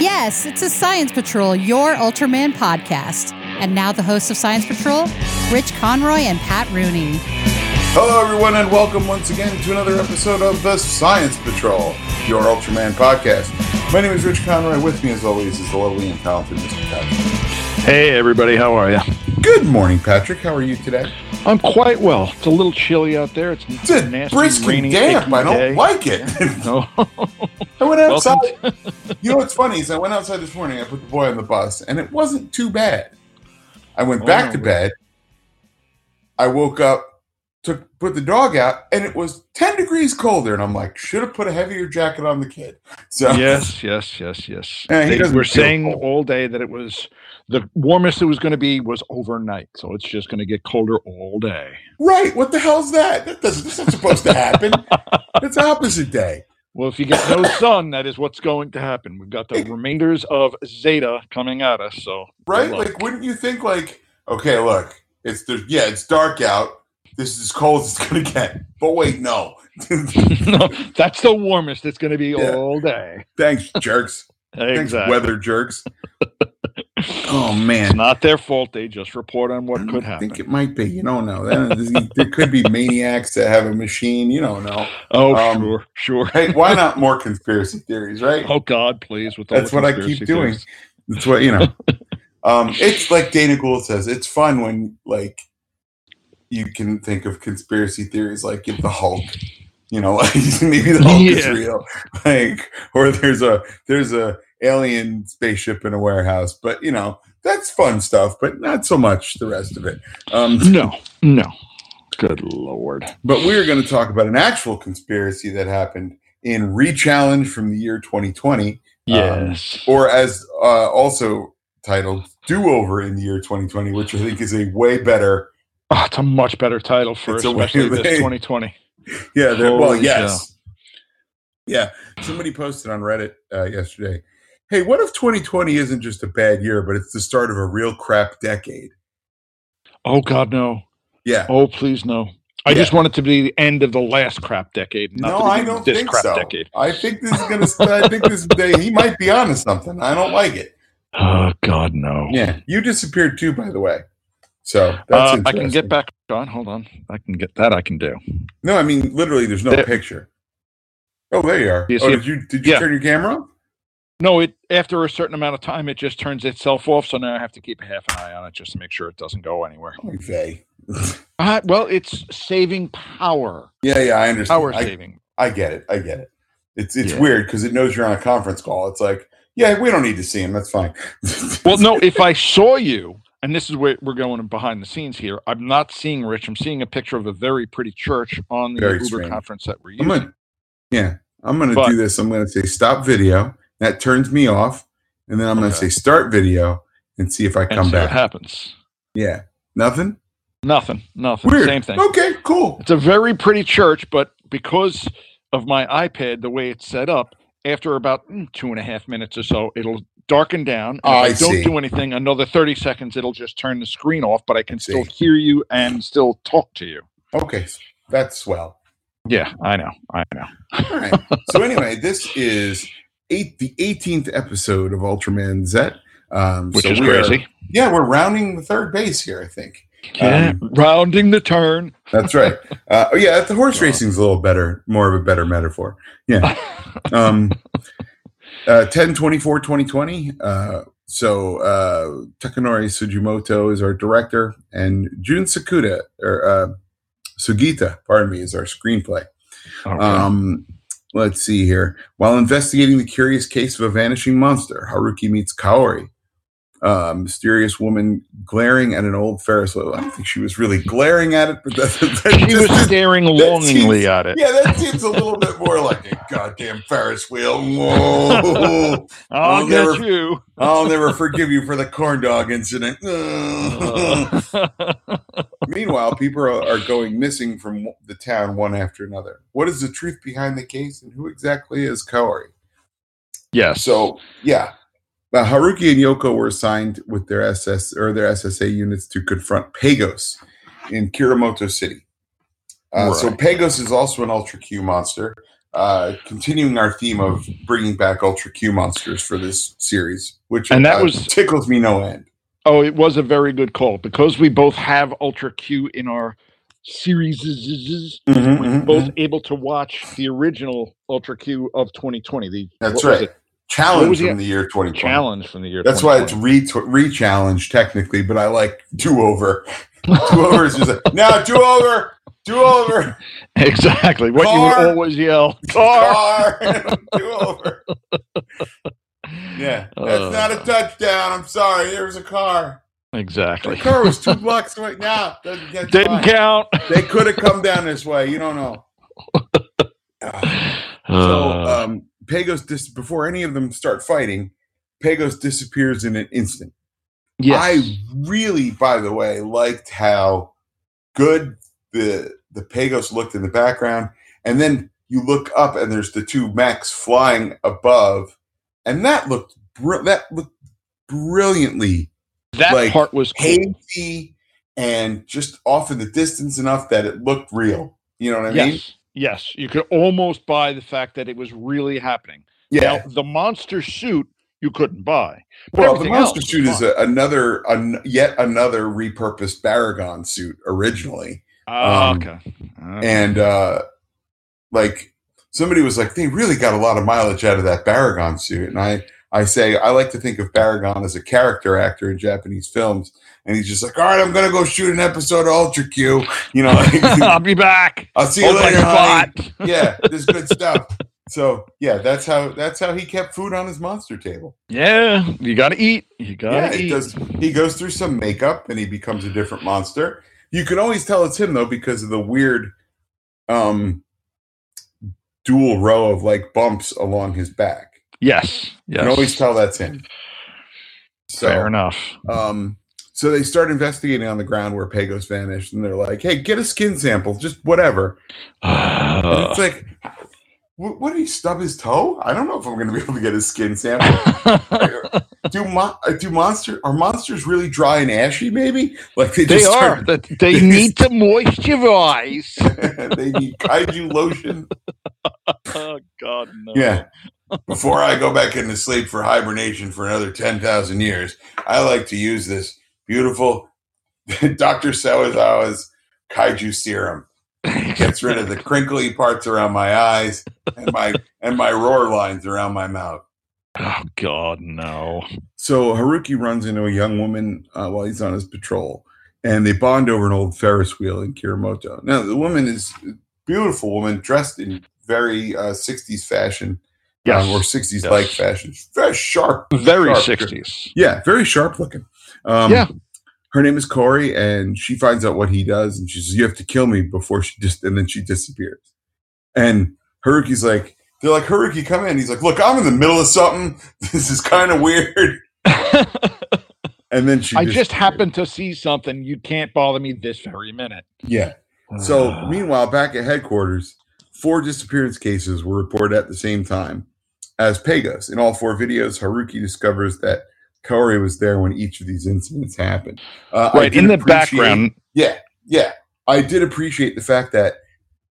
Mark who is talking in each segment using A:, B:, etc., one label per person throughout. A: Yes, it's a Science Patrol, your Ultraman podcast. And now the hosts of Science Patrol, Rich Conroy and Pat Rooney.
B: Hello, everyone, and welcome once again to another episode of the Science Patrol, your Ultraman podcast. My name is Rich Conroy. With me, as always, is the lovely and talented Mr. Patrick.
C: Hey, everybody, how are you?
B: Good morning, Patrick. How are you today?
C: I'm quite well. It's a little chilly out there. It's,
B: It's a
C: nasty,
B: brisk
C: rainy,
B: and damp.
C: icky
B: I don't
C: day.
B: like it.
C: No.
B: I went
C: Welcome
B: outside. you know what's funny is I went outside this morning. I put the boy on the bus, and it wasn't too bad. I went
C: Oh,
B: back
C: no,
B: to
C: really?
B: bed. I woke up, took put the dog out, and it was ten degrees colder. And I'm like, should have put a heavier jacket on the kid. So
C: yes, yes, yes, yes.
B: Yeah, he
C: They
B: doesn't
C: we're
B: feel
C: saying
B: cold.
C: all day that it was the warmest it was going to be was overnight. So it's just going to get colder all day.
B: right, what the hell's that? That doesn't. That's not supposed to happen. it's opposite day.
C: Well, if you get no sun, that is what's going to happen. We've got the remainders of Zeta coming at us. So good
B: right?
C: luck.
B: Like, wouldn't you think like, okay, look, it's the yeah, it's dark out. This is as cold as it's gonna get. But wait, no.
C: No, that's the warmest it's going to be
B: Yeah.
C: all day.
B: Thanks, jerks. Thanks,
C: Exactly.
B: weather jerks. oh man.
C: It's not their fault. They just report on what
B: I
C: could
B: don't
C: happen.
B: think it might be. You don't know. Then there could be maniacs that have a machine. You don't know.
C: oh,
B: um,
C: sure, sure.
B: Hey, why not more conspiracy theories, right?
C: Oh God, please! With all
B: That's
C: the
B: what I keep
C: conspiracy
B: doing.
C: theories.
B: That's what you know. um, it's like Dana Gould says. It's fun when like you can think of conspiracy theories, like if the Hulk, you know, like maybe the Hulk is
C: Yeah.
B: real, like or there's a there's a alien spaceship in a warehouse. But you know, that's fun stuff, but not so much the rest of it. Um,
C: No, no. Good lord. Um,
B: but we're going to talk about an actual conspiracy that happened in Rechallenge from the year 2020
C: Yes.
B: or as uh, also titled "Do Over" in the year 2020, which I think is a way better.
C: Ah, it's a much better title for
B: It's a way
C: especially this
B: they-
C: 2020.
B: Yeah, there- well,
C: Holy
B: yes, yeah. Somebody posted on Reddit uh, yesterday. Hey, what if 2020 isn't just a bad year, but it's the start of a real crap decade?
C: Oh God, no.
B: Yeah.
C: Oh please, no. I just want it to be the end of the last crap decade. Not
B: no,
C: the
B: I
C: beginning
B: don't
C: of this
B: think
C: crap
B: so.
C: decade.
B: I think this is gonna. st- I think this. Day, he might be onto something. I don't like it.
C: Oh God, no.
B: Yeah, you disappeared too, by the way. So that's
C: Uh, I can
B: interesting.
C: get back on. Hold on. I can get that. I can do.
B: No, I mean literally. There's no
C: There-
B: picture. Oh, there you are.
C: Do you
B: oh,
C: see it?
B: did you did you
C: Yeah.
B: turn your camera? on?
C: No, it after a certain amount of time, it just turns itself off. So now I have to keep half an eye on it just to make sure it doesn't go anywhere.
B: Okay.
C: Uh, well, it's saving power.
B: Yeah, yeah, I understand.
C: Power
B: I,
C: saving.
B: I get it. I get it. It's it's
C: Yeah.
B: weird because it knows you're on a conference call. It's like, yeah, we don't need to see him. That's fine.
C: Well, no, if I saw you, and this is where we're going behind the scenes here, I'm not seeing Rich. I'm seeing a picture of a very pretty church on the
B: Very
C: Uber
B: strange.
C: conference that we're
B: I'm
C: using.
B: gonna, yeah, I'm gonna
C: But-
B: do this. I'm gonna say stop video. That turns me off, and then I'm gonna
C: Okay.
B: say start video and see if I
C: and
B: come
C: see what
B: back.
C: happens.
B: Yeah, nothing.
C: Nothing. Nothing.
B: Weird.
C: Same thing.
B: Okay, cool.
C: It's a very pretty church, but because of my iPad, the way it's set up, after about mm, two and a half minutes or so, it'll darken down.
B: I
C: if I don't
B: see.
C: do anything, another 30 seconds, it'll just turn the screen off, but I can still
B: See.
C: hear you and still talk to you.
B: Okay, that's swell.
C: Yeah, I know. I know.
B: All right. So anyway, this is eight the 18th episode of Ultraman Z. Um,
C: Which
B: so
C: is
B: we are-
C: crazy.
B: yeah, we're rounding the third base here. I think.
C: Yeah,
B: Um,
C: rounding the turn.
B: That's right. Uh, oh, yeah, the horse
C: Wow.
B: racing's a little better, more of a better metaphor. Um, uh, 10 24 2020. Uh, so, uh, Takanori Sujimoto is our director, and Jun Sakuda, or uh, Sugita, pardon me, is our screenplay. Um, let's see here. While investigating the curious case of a vanishing monster, Haruki meets Kaori, a mysterious woman glaring at an old Ferris wheel. I don't think she was really glaring at it, but that's, that
C: she was
B: just-
C: staring
B: seems-
C: longingly at it.
B: yeah, that seems a little bit more like a goddamn Ferris wheel. Whoa.
C: I'll
B: I'll
C: get
B: never-
C: you.
B: I'll never forgive you for the corn dog incident. Meanwhile, people are, are going missing from the town one after another. What is the truth behind the case, and who exactly is Kaori?
C: yes.
B: So yeah, uh, Haruki and Yoko were assigned with their SS or their SSA units to confront Pagos in Kirimoto City. Uh, So
C: Right.
B: Pagos is also an Ultra Q monster, uh, continuing our theme of bringing back Ultra Q monsters for this series, which
C: And that
B: uh,
C: was-
B: tickles me no end.
C: Oh, it was a very good call because we both have Ultra Q in our series.
B: Mhm,
C: We're
B: mhm,
C: both
B: mhm.
C: able to watch the original Ultra Q of 2020. The
B: That's
C: what was
B: right.
C: it? What
B: Challenge
C: was the-
B: from the year 2020.
C: Challenge from the year.
B: That's why it's
C: 2020.
B: re re challenge technically, but I like do over. Do over is just like, now do over, do over,
C: exactly what you would
B: Car.
C: always yell. Car.
B: car, do over. Yeah, that's not a
C: Uh,
B: touchdown. I'm sorry. There was a car. The
C: Exactly.
B: car was two blocks away. Now doesn't get
C: Didn't count.
B: They could have come down this way. You don't know. Ah. So
C: Uh,
B: um, Pagos dis- before any of them start fighting, Pagos disappears in an instant.
C: yes.
B: I really, by the way, liked how good the the Pagos looked in the background, and then you look up and there's the two mechs flying above, and that looked br- that looked brilliantly
C: that
B: like,
C: part was cool.
B: hazy and just off in the distance enough that it looked real. You know what I mean?
C: yes. Yes. You could almost buy the fact that it was really happening. Now, the monster suit you couldn't buy. But
B: Well, the
C: everything
B: monster
C: else was
B: suit is
C: fine.
B: a, another, an, yet another repurposed Baragon suit originally,
C: Ah,
B: um,
C: okay. Uh,
B: and uh, like somebody was like, they really got a lot of mileage out of that Baragon suit, and I, I say, I like to think of Baragon as a character actor in Japanese films, and he's just like, all right, I'm gonna go shoot an episode of Ultra Q, you know,
C: I'll be back.
B: I'll see you
C: Hold my
B: later, honey.
C: spot.
B: yeah, this is good stuff. So yeah, that's how that's how he kept food on his monster table.
C: Yeah, you gotta eat. You gotta
B: yeah,
C: eat.
B: he does. He goes through some makeup and he becomes a different monster. You can always tell it's him though because of the weird, um, dual row of like bumps along his back.
C: yes. Yes.
B: You can always tell that's him. So,
C: Fair enough.
B: um, so they start investigating on the ground where Pagos vanished, and they're like, "Hey, get a skin sample, just whatever." And
C: Uh,
B: it's like, wh- what did he stub his toe? I don't know if I'm going to be able to get a skin sample. do mon- uh, do monster are monsters really dry and ashy? Maybe like they,
C: they
B: just
C: are. That they need to moisturize.
B: they need kaiju lotion.
C: Oh God, no.
B: Yeah. Before I go back into sleep for hibernation for another ten thousand years, I like to use this beautiful Doctor Sawazawa's kaiju serum. Gets rid of the crinkly parts around my eyes and my and my roar lines around my mouth.
C: Oh God, no.
B: Uh, So Haruki runs into a young woman uh, while he's on his patrol, and they bond over an old Ferris wheel in Kirimoto. Now the woman is a beautiful woman dressed in very uh, '60s fashion,
C: Yes.
B: um, or '60s like
C: Yes.
B: fashion. She's Very sharp,
C: Very
B: sharp.
C: sixties.
B: Yeah, very sharp looking. Um,
C: Yeah.
B: Her name is Corey, and she finds out what he does, and she says, "You have to kill me before she just," and then she disappears. And Haruki's like, "They're like Haruki, come in." He's like, "Look, I'm in the middle of something. This is kind of weird." And then she
C: I just happened to see something. You can't bother me this very minute.
B: Yeah. So,
C: Uh,
B: meanwhile, back at headquarters, four disappearance cases were reported at the same time as Pagos. In all four videos, Haruki discovers that Kaori was there when each of these incidents happened. Uh, I
C: right
B: did
C: in the
B: appreciate-
C: background.
B: Yeah, yeah. I did appreciate the fact that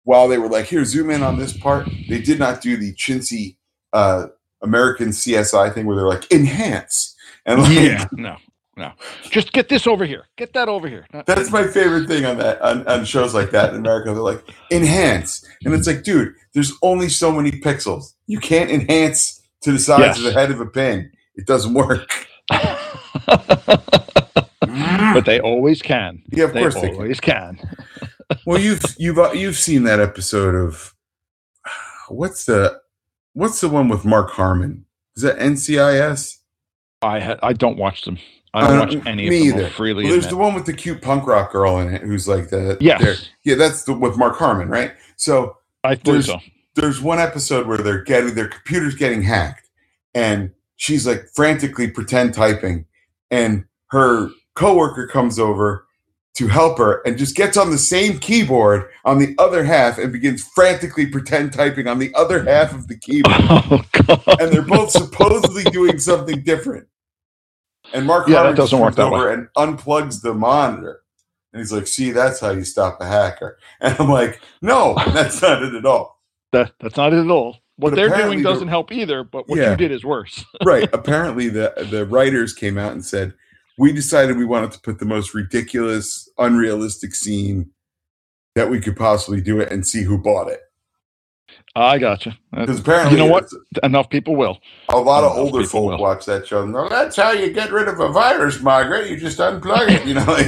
B: while they were like, here, zoom in on this part, they did not do the chintzy uh, American CSI thing where they're like, enhance. And like,
C: Yeah. No. No. Just get this over here. Get that over here. Not-
B: That's my favorite thing on that on, on shows like that in America. They're like enhance, and it's like, dude, there's only so many pixels. You can't enhance to the size of the
C: Yes.
B: head of a pin. It doesn't work.
C: but they always can.
B: Yeah, of
C: Mm. They
B: course they can.
C: always can.
B: Well, you've you've uh, you've seen that episode of what's the what's the one with Mark Harmon? Is that NCIS?
C: I ha- I don't watch them. I
B: I
C: don't
B: don't-
C: watch any
B: Uh, me
C: of them. I'll
B: either.
C: Freely.
B: Well, there's the
C: admit.
B: one with the cute punk rock girl in it who's like the
C: yes,
B: there- yeah that's the with Mark Harmon right? So
C: I believe
B: there's-
C: so.
B: there's one episode where they're getting their computers getting hacked and she's like frantically pretend typing and her coworker comes over to help her and just gets on the same keyboard on the other half and begins frantically pretend typing on the other half of the keyboard
C: Oh God!
B: and they're both supposedly doing something different and mark
C: Yeah, that
B: Harmon just
C: doesn't work
B: comes
C: that way.
B: over and unplugs the monitor and he's like see that's how you stop a hacker and i'm like no that's not it at all
C: That that's not it at all. What
B: But
C: they're
B: apparently
C: doing
B: they're-
C: doesn't help either, but what
B: Yeah.
C: you did is worse.
B: right. Apparently, the the writers came out and said we decided we wanted to put the most ridiculous, unrealistic scene that we could possibly do it and see who bought it.
C: I gotcha. That-
B: Because apparently,
C: Uh, You know what?
B: it's-
C: enough people will.
B: A lot of
C: Most
B: older
C: people
B: folk
C: will.
B: watch that show. and go, that's how you get rid of a virus, Margaret. You just unplug it. You know, like,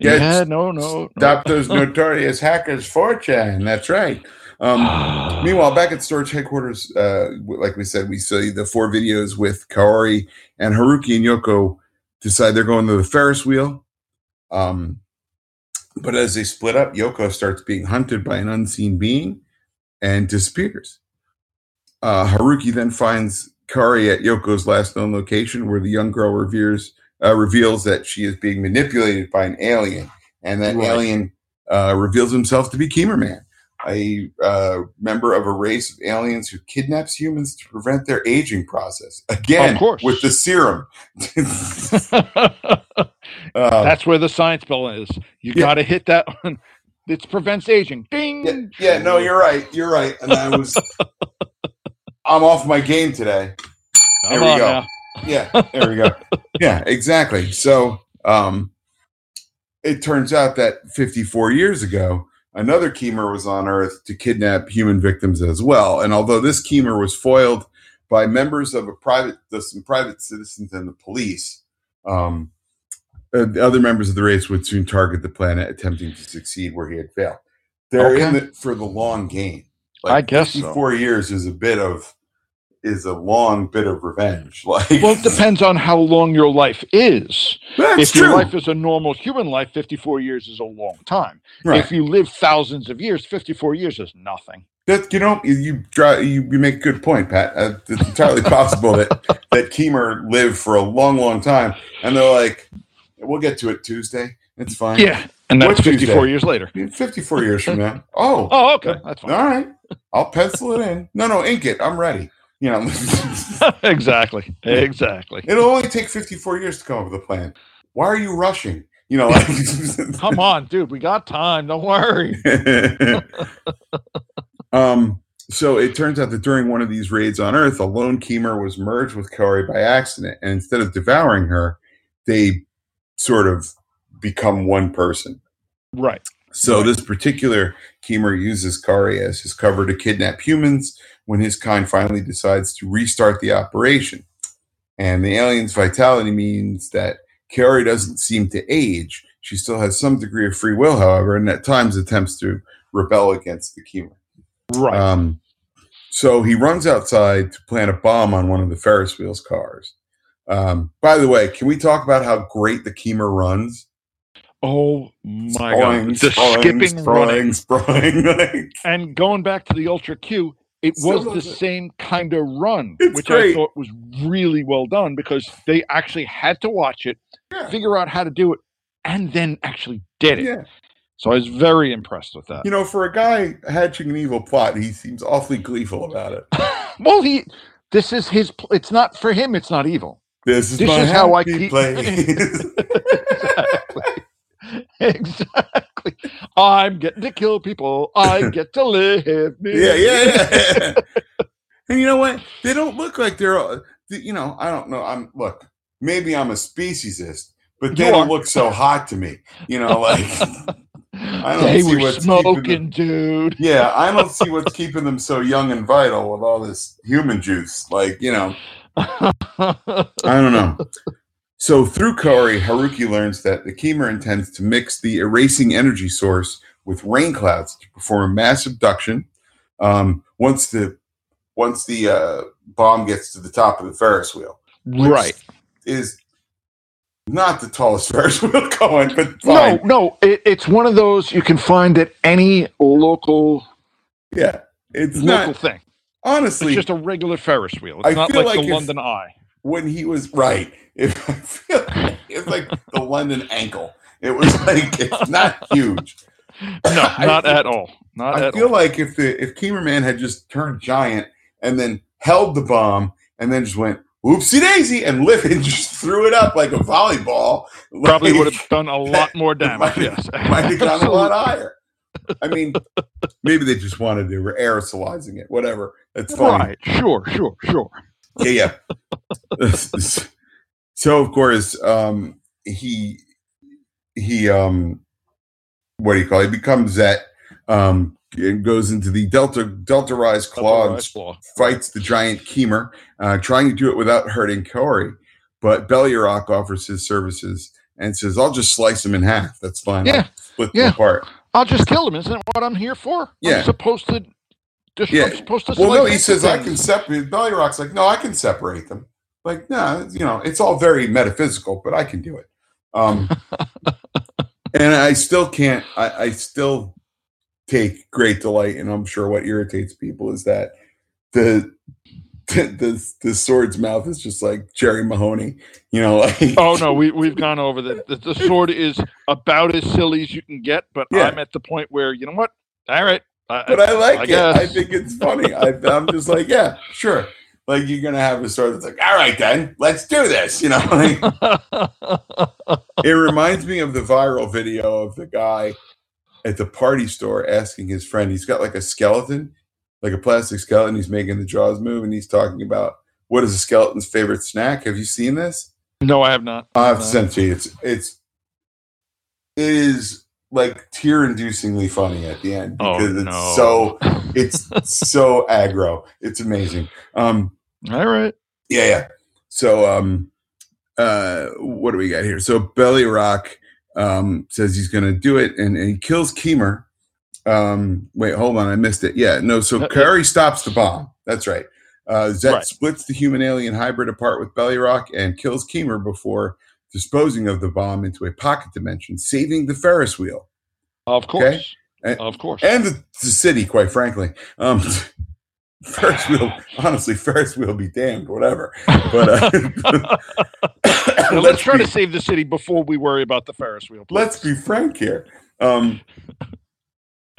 C: Yeah,
B: Yeah,
C: no, no. no.
B: stop those notorious hackers, 4chan. That's right. Um, Meanwhile, back at storage headquarters, uh, w- like we said, we see the four videos with Kaori and Haruki and Yoko decide they're going to the Ferris wheel. Um, but as they split up, Yoko starts being hunted by an unseen being and disappears. Uh, Haruki then finds Kaori at Yoko's last known location, where the young girl reveres, uh, reveals that she is being manipulated by an alien, and that
C: Right.
B: alien uh, reveals himself to be Kemer Man a uh, member of a race of aliens who kidnaps humans to prevent their aging process. Again,
C: Of course.
B: with the serum. uh,
C: That's where the science bell is. You
B: Yeah.
C: got to hit that one. It prevents aging. Ding.
B: yeah, yeah, no, you're right. You're right. And I was, I'm off my game today. there
C: Come
B: we
C: on
B: go.
C: now.
B: Yeah, there we go. yeah, exactly. So um, it turns out that 54 years ago, another Kemer was on Earth to kidnap human victims as well. And although this Kemer was foiled by members of a private, the- some private citizens and the police, um, uh, the other members of the race would soon target the planet, attempting to succeed where he had failed. They're in
C: Okay.
B: it for the long game.
C: I guess so.
B: 54 years is a bit of is a long bit of revenge. Like,
C: Well, it depends on how long your life is.
B: that's
C: if your
B: true.
C: life is a normal human life, 54 years is a long time.
B: Right.
C: If you live thousands of years, 54 years is nothing.
B: That you know, you- you draw, you, you make a good point, Pat. Uh, it's entirely possible that that Kemer lived for a long, long time, and they're like, "We'll get to it Tuesday. It's fine.
C: Yeah. And that's
B: What's
C: 54
B: Tuesday?
C: years later.
B: fifty-four years from now. Oh, all
C: Oh, okay. That's fine.
B: right. I'll pencil it in. No, no, ink it. I'm ready. You know,
C: exactly. Exactly.
B: it'll only take fifty-four years to come up with a plan. Why are you rushing? You know, like,
C: Come on, dude. We got time. Don't worry.
B: um, so it turns out that during one of these raids on Earth, a lone Kemer was merged with Kaori by accident, and instead of devouring her, they sort of become one person.
C: Right.
B: So this particular Kemer uses Kari as his cover to kidnap humans when his kind finally decides to restart the operation. And the alien's vitality means that Kari doesn't seem to age. She still has some degree of free will, however, and at times attempts to rebel against the Kemer.
C: Right.
B: Um, so he runs outside to plant a bomb on one of the Ferris wheel's cars. Um, by the way, can we talk about how great the Kemer runs?
C: oh my
B: Sprawling,
C: god. The
B: sprawling,
C: skipping
B: sprawling,
C: running.
B: sprawling, like,
C: And going back to the Ultra Q, it
B: Still
C: was the
B: doesn't-
C: same kind of run,
B: It's
C: which
B: great.
C: I thought was really well done because they actually had to watch it,
B: Yeah.
C: figure out how to do it, and then actually did it.
B: yeah.
C: So I was very impressed with that.
B: You know, for a guy hatching an evil plot, he seems awfully gleeful about it.
C: well, he this is his pl- it's not for him, it's not evil.
B: This is,
C: This
B: my
C: is how I
B: happy
C: keep-
B: place.
C: exactly. I'm getting to kill people. I get to live.
B: yeah, yeah, yeah. and you know what? They don't look like they're. all- th- You know, I don't know. I'm look. Maybe I'm a speciesist, but they
C: You
B: don't
C: are.
B: look so hot to me. You know, like I don't
C: they
B: see
C: were
B: what's keeping them-
C: smoking, dude.
B: yeah, I don't see what's keeping them so young and vital with all this human juice. Like you know. I don't know. So through Kari, Haruki learns that the Kemer intends to mix the erasing energy source with rain clouds to perform a mass abduction. Um, once the once the uh, bomb gets to the top of the Ferris wheel, which
C: right.
B: is not the tallest Ferris wheel going, but
C: No,
B: fine.
C: no, it, it's one of those you can find at any local
B: Yeah, it's
C: local
B: not
C: thing. It's
B: honestly
C: just a regular Ferris wheel. It's
B: I
C: not
B: feel
C: like,
B: like
C: the
B: if-
C: London Eye.
B: when he was right. If I feel it's like the London ankle, it was like it's not huge.
C: No,
B: I
C: not
B: feel-
C: at all. Not
B: I
C: at
B: feel
C: all.
B: like if the if Kemerman had just turned giant and then held the bomb and then just went whoopsie daisy and lifted and just threw it up like a volleyball,
C: Probably
B: like,
C: would have done a lot more
B: might-
C: damage. yes,
B: might have gone a lot higher. I mean, maybe they just wanted to were aerosolizing it. Whatever. That's fine.
C: Right. Sure, sure, sure.
B: Yeah, yeah. so of course, um, he he um, what do you call it? He becomes that um, and goes into the Delta Delta Rise Claw and
C: Otherwise, flaw.
B: fights the giant Keemer, uh, trying to do it without hurting Corey. But Belirock offers his services and says, "I'll just slice him in half. That's fine. I'll
C: Yeah.
B: split
C: yeah.
B: them apart."
C: I'll just kill him. Isn't that what I'm here for?
B: Yeah.
C: I'm supposed to. Dis-
B: Yeah.
C: I'm supposed to.
B: Well, no,
C: select
B: he says, "I
C: things."
B: can separate." Belirock's like, "No, I can separate them." Like, no, you know, it's all very metaphysical, but I can do it. Um, and I still can't. I, I still take great delight, and I'm sure what irritates people is that the the the, the sword's mouth is just like Jerry Mahoney, you know, like
C: Oh no, we we've gone over that. The, the sword is about as silly as you can get, but
B: Yeah.
C: I'm at the point where you know what? All right, I,
B: but I like
C: I
B: it.
C: guess.
B: I think it's funny. I, I'm just like, yeah, sure. Like you're gonna have a story that's like, all right, then let's do this. You know, like, it reminds me of the viral video of the guy at the party store asking his friend. He's got like a skeleton, like a plastic skeleton. He's making the jaws move, and he's talking about what is a skeleton's favorite snack. Have you seen this?
C: no, I have not.
B: I have
C: Uh,
B: to send it to you. It's it's it is like tear inducingly funny at the end
C: Oh,
B: because it's
C: no.
B: so it's so aggro. It's amazing. Um
C: All right.
B: yeah, yeah. So um uh what do we got here? So Belly Rock um says he's gonna do it and, and he kills Keemer. Um wait, hold on, I missed it. Yeah, no, so
C: Uh,
B: Curry stops the bomb. That's right. Uh Zet
C: Right.
B: splits the human alien hybrid apart with Belly Rock and kills Keemer before disposing of the bomb into a pocket dimension, saving the Ferris wheel.
C: Of course.
B: And-
C: of course.
B: and the, the city, quite frankly. Um, Ferris wheel, honestly, Ferris wheel be damned, whatever. But uh,
C: Now, let's
B: let's
C: try
B: be,
C: to save the city before we worry about the Ferris wheel. please.
B: let's be frank here. Um,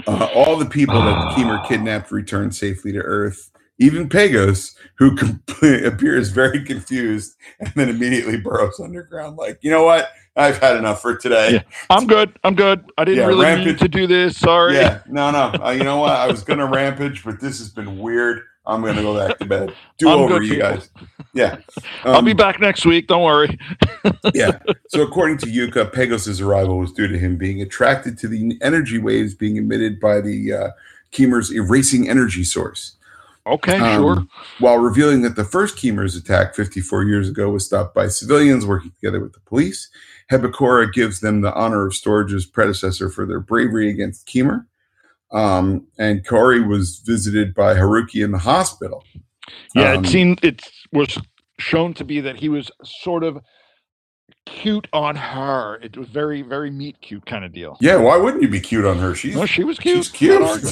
B: uh, all the people that Keemer kidnapped return safely to Earth. Even Pagos, who com- appears very confused and then immediately burrows underground, like, you know what? I've had enough for today.
C: Yeah. I'm good. I'm good. I didn't
B: Yeah,
C: really mean
B: rampant-
C: to do this. Sorry.
B: Yeah, no, no. Uh, you know what? I was gonna rampage, but this has been weird. I'm gonna go back to bed. Do
C: I'm
B: over,
C: good,
B: you
C: people.
B: guys. Yeah,
C: I'll be
B: Um,
C: back next week. Don't worry.
B: yeah. So according to Yuka, Pegos' arrival was due to him being attracted to the energy waves being emitted by the uh, Keemer's erasing energy source.
C: Okay.
B: Um,
C: sure.
B: While revealing that the first Keemer's attack 54 years ago was stopped by civilians working together with the police, Hebakura gives them the honor of Storage's predecessor for their bravery against Keemer. Um, and Corey was visited by Haruki in the hospital.
C: Yeah,
B: Um,
C: it seemed it was shown to be that he was sort of cute on her. It was very, very meat cute kind of deal.
B: Yeah, why wouldn't you be cute on her? She's
C: No, she was cute.
B: she's cute.
C: Not arguing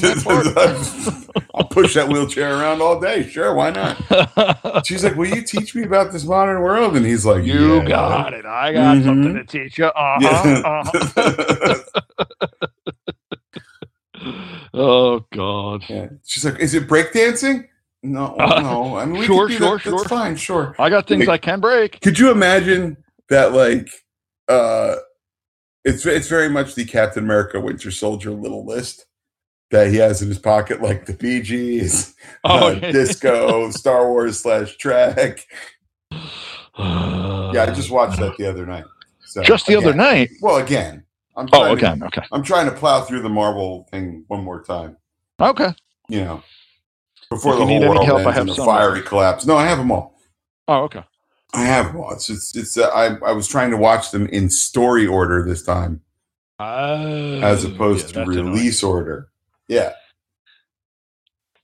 C: that
B: I'll push that wheelchair around all day. Sure, why not?
C: part.
B: She's like, "Will you teach me about this modern world?" And he's like,
C: you
B: "Yeah." Mm-hmm.
C: got it. I got something to teach you. Uh-huh,
B: Yeah.
C: uh-huh. Oh God.
B: Yeah. She's like, "Is it breakdancing?" No,
C: Uh,
B: no. I mean, we
C: sure,
B: can do
C: sure,
B: that. That's
C: sure.
B: fine. Sure.
C: I got things I can break.
B: Could you imagine that? Like, uh, it's it's very much the Captain America Winter Soldier little list that he has in his pocket, like the Bee Gees,
C: Oh,
B: uh, disco, Star Wars slash track. Yeah, I
C: Um,
B: just watched that the other night. So
C: Just the other
B: again-
C: night.
B: Well, again, I'm trying
C: Oh,
B: to-
C: okay, okay,
B: I'm trying to plow through the Marvel thing one more time.
C: okay.
B: You know, before
C: If
B: the
C: you need
B: whole
C: any
B: world
C: help, I
B: ends
C: have
B: in a
C: some.
B: fiery collapse. No, I have them all.
C: Oh, okay.
B: I have them all. It's it's, it's uh, I I was trying to watch them in story order this time, as
C: As
B: opposed to release order. Yeah,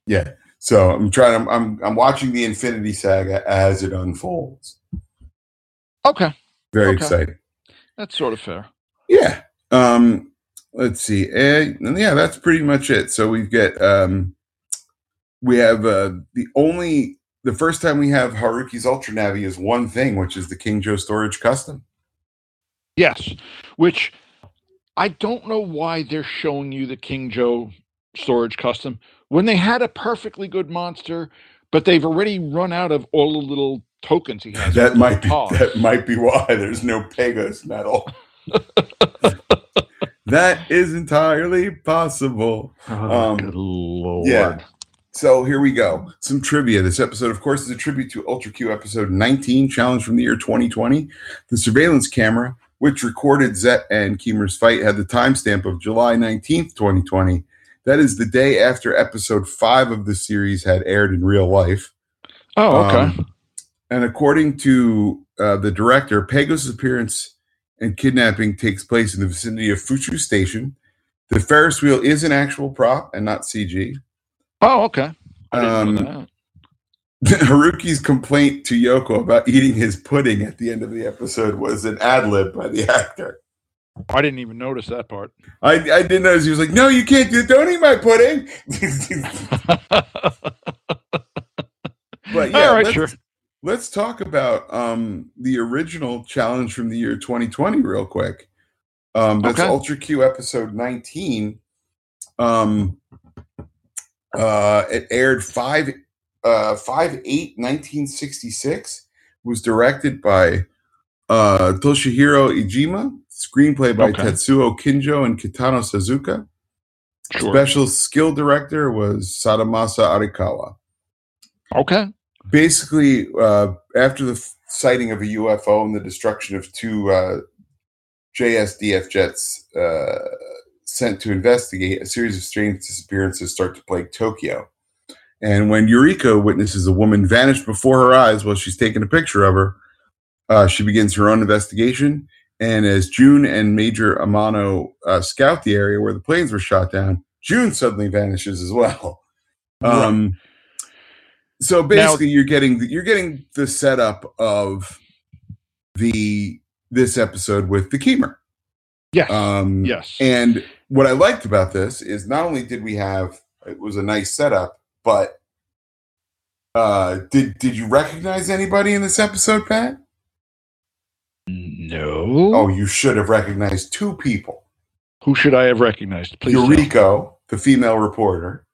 B: yeah. So I'm trying. I'm, I'm I'm watching the Infinity Saga as it unfolds.
C: Okay,
B: Very
C: Okay.
B: exciting.
C: that's sort of fair.
B: Yeah. Um. Let's see. Eh, And yeah, that's pretty much it. So we've got um, we have uh the only the first time we have Haruki's Ultra Navi is one thing, which is the King Joe storage custom.
C: Yes, which I don't know why they're showing you the King Joe storage custom when they had a perfectly good monster, but they've already run out of all the little tokens he has.
B: That
C: for
B: might be
C: Paws.
B: that might be why there's no Pegos medal. That is entirely possible.
C: Oh,
B: Um,
C: good lord.
B: yeah. So here we go. Some trivia. This episode, of course, is a tribute to Ultra Q episode 19, challenge from the year 2020. The surveillance camera, which recorded Zet and Keemer's fight, had the timestamp of July 19th, 2020. That is the day after episode five of the series had aired in real life.
C: Oh, okay.
B: Um, and according to uh, the director, Pagos' appearance and kidnapping takes place in the vicinity of Fuchu Station. The Ferris wheel is an actual prop and not CG.
C: oh, okay. I didn't know
B: um,
C: that.
B: Haruki's complaint to Yoko about eating his pudding at the end of the episode was an ad lib by the actor.
C: I didn't even notice that part.
B: I, I didn't notice. He was like, "No, you can't do. Don't eat my pudding." But yeah,
C: All right,
B: let's-
C: sure.
B: Let's talk about um, the original challenge from the year 2020 real quick. Um, that's
C: Okay.
B: Ultra Q episode 19. Um, uh, it aired 5 uh, 5 8 1966. Was directed by uh, Toshihiro Ijima. Screenplay by
C: Okay.
B: Tetsuo Kinjo and Kitano Suzuka.
C: Sure.
B: Special skill director was Sadamasa Arikawa
C: Okay.
B: basically uh, after the f- sighting of a UFO and the destruction of two uh, JSDF jets uh, sent to investigate, a series of strange disappearances start to plague Tokyo. And when Eureka witnesses a woman vanish before her eyes while she's taking a picture of her, uh, she begins her own investigation. And as June and Major Amano uh, scout the area where the planes were shot down, June suddenly vanishes as well. Um, so basically, you're getting the, you're getting the setup of the this episode with the Keemer.
C: Yes.
B: Um,
C: yes.
B: And what I liked about this is not only did we have it was a nice setup, but uh, did did you recognize anybody in this episode, Pat?
C: no.
B: Oh, you should have recognized two people:
C: Who should I have recognized? Please. tell me.
B: Yuriko, the female reporter,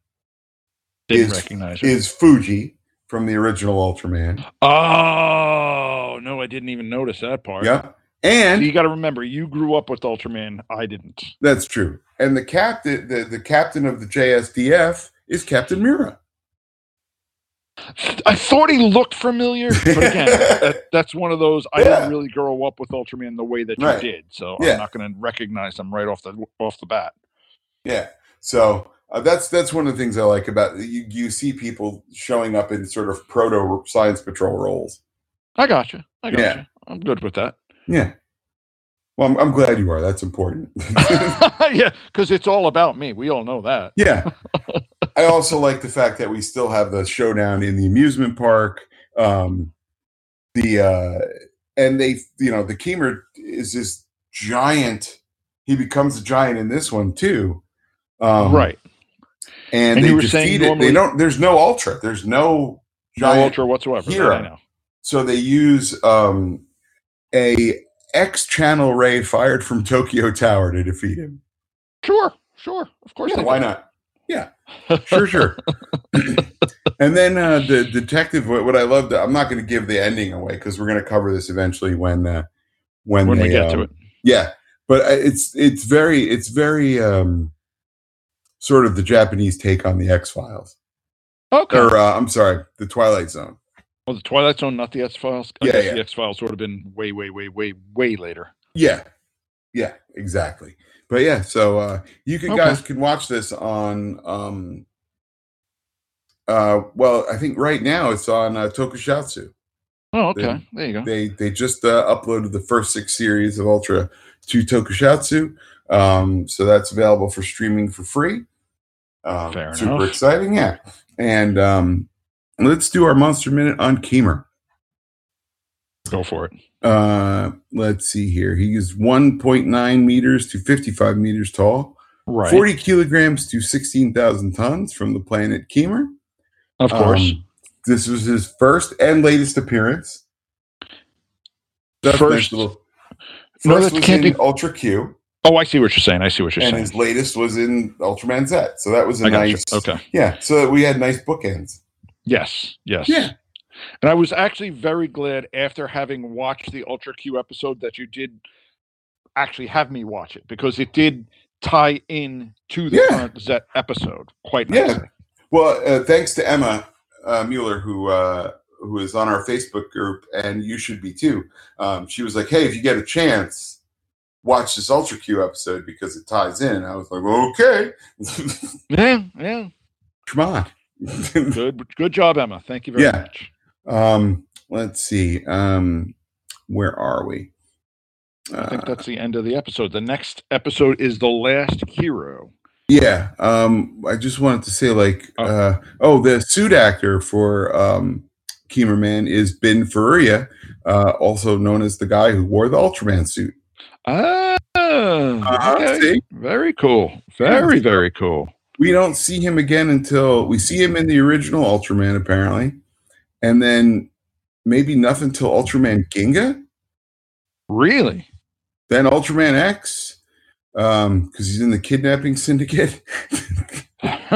C: Didn't
B: is-
C: recognize her.
B: is Fuji from the original Ultraman.
C: oh no, I didn't even notice that part.
B: Yep,
C: So
B: and
C: you got to remember, you grew up with Ultraman. I didn't.
B: That's true. And the captain, the, the captain of the JSDF is Captain Mira.
C: I thought he looked familiar, but again, that, that's one of those. I
B: Yeah.
C: didn't really grow up with Ultraman the way that you
B: Right.
C: did, so
B: Yeah.
C: I'm not going to recognize them right off the off the bat.
B: Yeah. So uh, that's that's one of the things I like about you. You see people showing up in sort of proto science patrol roles.
C: I got you. I got
B: Yeah.
C: you. I'm good with that.
B: Yeah. Well, I'm, I'm glad you are. That's important.
C: yeah, because it's all about me. We all know that.
B: yeah. I also like the fact that we still have the showdown in the amusement park. Um, the uh, and they, you know, the Keemer is this giant. He becomes a giant in this one too. Um,
C: right.
B: and,
C: And
B: they
C: you were saying
B: defeat it.
C: normally-
B: they don't. There's no ultra. There's no
C: No
B: giant.
C: Ultra whatsoever. that I
B: hero.
C: know.
B: So they use um, a X channel ray fired from Tokyo Tower to defeat him.
C: Sure. Sure. Of course.
B: Yeah,
C: they
B: why
C: do.
B: not? Yeah, sure, sure. and then uh, the detective. What, what I loved. I'm not going to give the ending away because we're going to cover this eventually when uh, when,
C: When
B: they,
C: we get to
B: um,
C: it.
B: Yeah, but I- it's it's very it's very um, sort of the Japanese take on the X Files.
C: Okay.
B: or uh, I'm sorry, the Twilight Zone.
C: Well, the Twilight Zone, not the X Files.
B: Yeah,
C: guess
B: yeah.
C: The X Files would have been way, way, way, way, way later.
B: Yeah, yeah, exactly. But yeah, so uh, you can
C: Okay.
B: guys can watch this on. Um, uh, well, I think right now it's on uh, Tokusatsu.
C: Oh, okay.
B: They-
C: there you go.
B: They they just uh, uploaded the first six series of Ultra to Tokusatsu, um, so that's available for streaming for free. Um,
C: Fair
B: super
C: enough.
B: exciting, yeah. And um, let's do our monster minute on Keemer.
C: go for it.
B: uh let's see here he is 1.9 meters to 55 meters tall
C: Right.
B: 40 kilograms to 16000 tons from the planet kemer
C: of course.
B: Um, this was his first and latest appearance
C: First-
B: little-
C: No,
B: first
C: that
B: was
C: can't
B: in
C: be-
B: ultra q
C: oh, I see what you're saying. I see what you're
B: and
C: saying.
B: his latest was in ultraman z so that was a
C: I got
B: nice
C: you. Okay.
B: yeah so we had nice bookends
C: Yes. Yes.
B: Yeah.
C: And I was actually very glad after having watched the Ultra Q episode that you did actually have me watch it because it did tie in to the
B: Yeah.
C: current Zet episode quite
B: Yeah.
C: nicely.
B: Well, uh, thanks to Emma uh, Mueller, who uh, who is on our Facebook group, and you should be too. Um, she was like, "Hey, if you get a chance, watch this Ultra Q episode because it ties in." I was like, "Okay,
C: Yeah, yeah.
B: come on."
C: Good good job, Emma. Thank you very
B: Yeah.
C: much.
B: um, let's see. Um, where are we?
C: I think
B: Uh,
C: that's the end of the episode. The next episode is The Last Hero.
B: yeah. Um, I just wanted to say, like,
C: Oh.
B: uh, oh, the suit actor for um, Keemer Man is Ben Furia, uh, also known as the guy who wore the Ultraman suit.
C: Ah,
B: Uh-huh,
C: okay.
B: see?
C: Very cool. Very, very cool.
B: we don't see him again until we see him in the original Ultraman, apparently, and then maybe nothing till Ultraman Ginga,
C: Really?
B: then Ultraman X, because he's in the kidnapping syndicate, and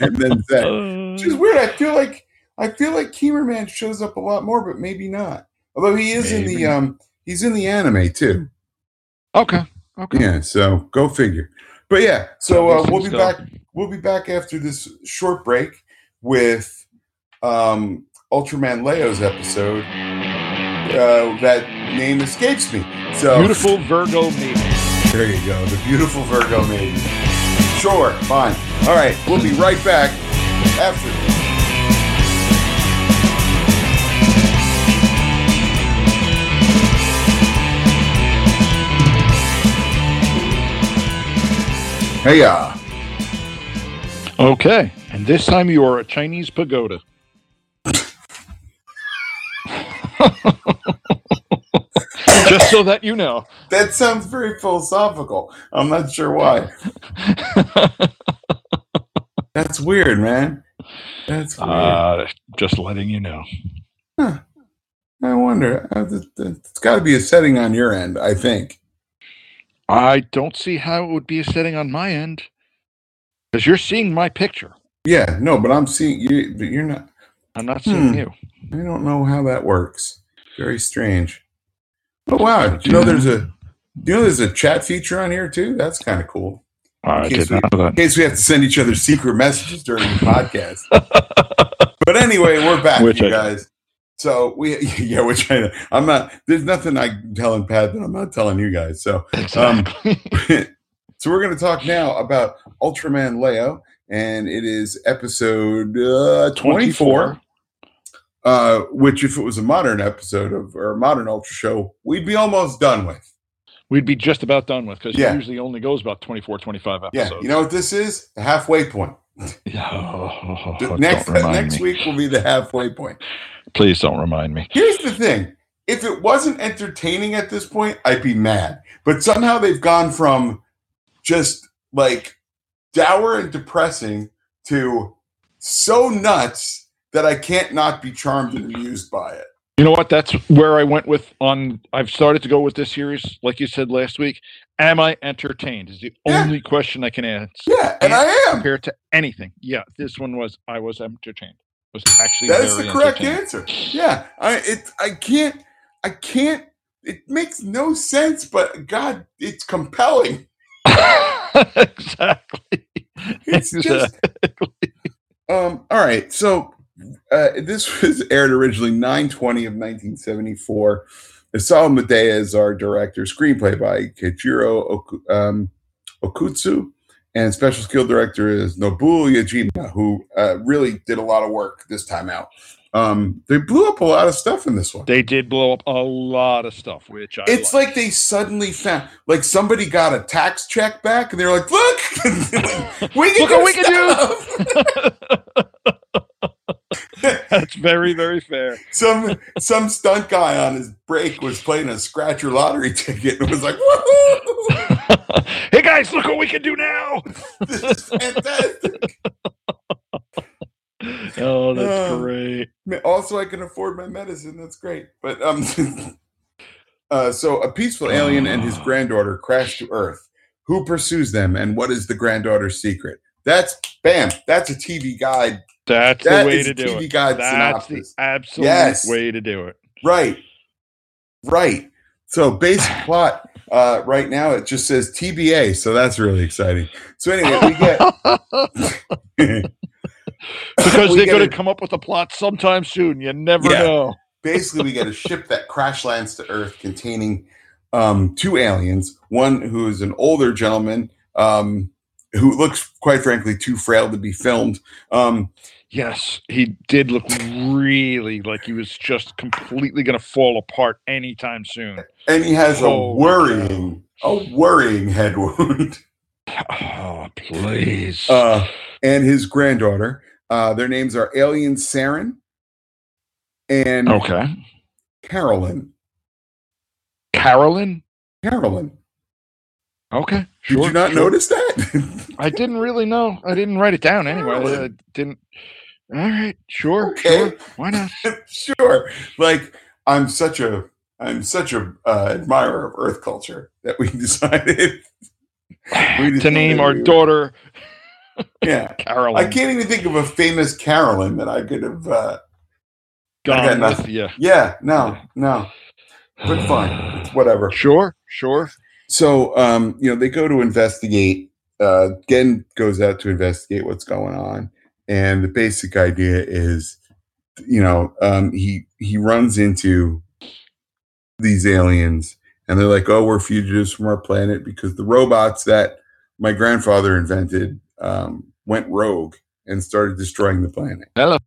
B: then that. Which
C: Hmm.
B: is weird. I feel like I feel like Keemerman shows up a lot more, but maybe not. Although he is in
C: Maybe.
B: the um, he's in the anime too.
C: okay. Okay.
B: Yeah, so go figure. But yeah, so
C: These
B: uh, we'll
C: things
B: be
C: go.
B: back we'll be back after this short break with um, Ultraman Leo's episode. Uh, that name escapes me. So
C: Beautiful Virgo meeting.
B: There you go. The beautiful Virgo maiden. Sure, fine. All right, we'll be right back after. Hey, uh, yeah.
C: Okay. And this time you are a Chinese pagoda. Just so that you know.
B: That sounds very philosophical. I'm not sure why. That's weird, man. That's weird.
C: Uh, just letting you know.
B: I wonder. uh, th- th- It's got to be a setting on your end, I think.
C: I don't see how it would be a setting on my end. Because you're seeing my picture.
B: Yeah, no, but I'm seeing you. but You're not.
C: I'm not seeing
B: Hmm.
C: you.
B: I don't know how that works. Very strange. Oh wow! Do you know there's a do you know there's a chat feature on here too? That's kind of cool.
C: I
B: Okay,
C: did
B: so-
C: not
B: In
C: know that.
B: case we have to send each other secret messages during the podcast. but anyway, we're back,
C: Which
B: you
C: I-
B: guys. So we yeah, we're trying to. I'm not. There's nothing I'm telling Pat that I'm not telling you guys. So um,
C: Exactly.
B: so we're going to talk now about Ultraman Leo, and it is episode uh, 24, uh, which if it was a modern episode of or a modern Ultra show, we'd be almost done with.
C: We'd be just about done with because
B: Yeah.
C: it usually only goes about 24, 25
B: Yeah,
C: episodes.
B: you know what this is? The halfway point.
C: Oh,
B: The
C: don't
B: next
C: remind
B: next
C: me.
B: week will be the halfway point.
C: Please don't remind me.
B: Here's the thing: if it wasn't entertaining at this point, I'd be mad. But somehow they've gone from just like dour and depressing to so nuts that I can't not be charmed and amused by it.
C: You know what? That's where I went with on. I've started to go with this series, like you said last week. Am I entertained? Is the
B: Yeah.
C: only question I can ask
B: Yeah, and I am.
C: compared to anything. Yeah, this one was. I was entertained. Was actually
B: That is the
C: very
B: correct
C: entertained.
B: answer. Yeah, I it I can't I can't. It makes no sense, but God, it's compelling.
C: exactly. uh,
B: It's just
C: Exactly.
B: Um, all right. So uh, this was aired originally 920 of 1974. Isao Medea is our director, screenplay by Keiichiro Oku- um, Okutsu, and special skill director is Nobuo Yajima, who uh, really did a lot of work this time out. Um, they blew up a lot of stuff in this one.
C: They did blow up a lot of stuff, which I
B: It's like they suddenly found, like somebody got a tax check back, and they're like, "Look, we can do
C: Look what we can do."
B: stuff!"
C: that's very very fair.
B: some some stunt guy on his break was playing a scratcher lottery ticket and was like, "Woohoo!
C: hey guys, look what we can do now!
B: This is fantastic!"
C: Oh, that's
B: Oh.
C: great.
B: Ma- Also, I can afford my medicine. That's great. But um, uh, so a peaceful alien and his granddaughter crash to Earth. Who pursues them, and what is the granddaughter's secret? That's bam. That's a TV guide.
C: That's
B: That
C: the way
B: is
C: to
B: a
C: do
B: TV
C: it.
B: guide
C: That's
B: synopsis.
C: the absolute
B: Yes.
C: way to do it.
B: Right. Right. So basic plot. Uh, right now, it just says TBA, so that's really exciting. So anyway, we get
C: because
B: We
C: they're
B: get
C: going
B: it.
C: to come up with a plot sometime soon. You never
B: Yeah.
C: know.
B: basically we get a ship that crash lands to Earth containing um, two aliens. One who is an older gentleman um, who looks, quite frankly, too frail to be filmed. Um,
C: Yes, he did look really like he was just completely going to fall apart anytime soon.
B: and he has
C: Oh,
B: a worrying, a worrying head wound.
C: Oh, please.
B: Uh, and his granddaughter. Uh, their names are Alien Saren and
C: okay.
B: Carolyn.
C: Carolyn?
B: Carolyn.
C: Okay.
B: Did
C: sure,
B: you not
C: sure.
B: notice that?
C: I didn't really know. I didn't write it down anyway. I, I
B: Carolyn.
C: didn't. All right. Sure.
B: Okay.
C: Sure. Why not?
B: sure. Like I'm such a I'm such a uh, admirer of Earth culture that we decided. We
C: to
B: decided
C: name our
B: we-
C: daughter
B: Yeah,
C: Carolyn.
B: I can't even think of a famous Carolyn that I could have. Uh,
C: Gone
B: got
C: with
B: nothing.
C: you.
B: yeah, no, no, but fine, it's whatever.
C: Sure. Sure.
B: So, um, you know, they go to investigate. Uh, Gen goes out to investigate what's going on, and the basic idea is, you know, um, he he runs into these aliens, and they're like, "Oh, we're fugitives from our planet because the robots that my grandfather invented um, went rogue and started destroying the planet."
C: Hello.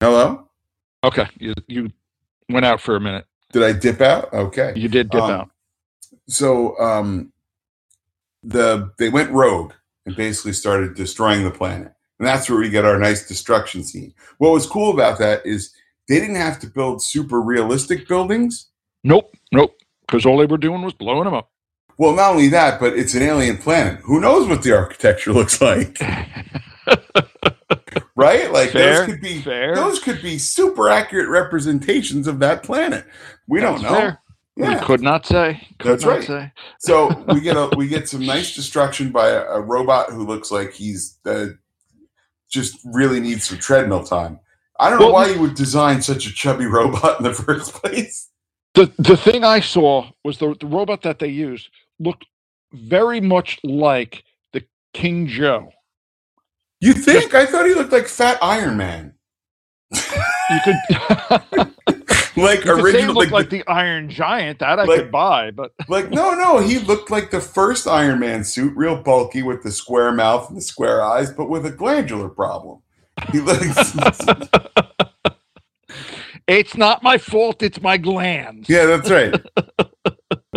B: Hello.
C: Okay. You, you went out for a minute.
B: Did I dip out? Okay.
C: You did dip
B: Um,
C: out.
B: so um the they went rogue and basically started destroying the planet and that's where we get our nice destruction scene what was cool about that is they didn't have to build super realistic buildings
C: Nope. Nope. Because all they were doing was blowing them up.
B: well not only that but it's an alien planet who knows what the architecture looks like right like
C: Fair,
B: those could be
C: fair.
B: those could be super accurate representations of that planet we don't
C: That's
B: know
C: fair.
B: yeah
C: We could not say. Could
B: That's
C: not
B: right.
C: Say.
B: So we get a we get some nice destruction by a, a robot who looks like he's uh, just really needs some treadmill time. I don't know
C: Well,
B: why you would design such a chubby robot in the first place.
C: The the thing I saw was the, the robot that they used looked very much like the King Joe.
B: You think? I thought he looked like Fat Iron Man,
C: You could,
B: like
C: you could say it
B: original,
C: looked
B: like,
C: like the Iron Giant. That I
B: like-
C: could buy, but
B: like no, no, he looked like the first Iron Man suit, real bulky with the square mouth and the square eyes, but with a glandular problem. He looks,
C: it's not my fault. It's my glands.
B: yeah, that's right.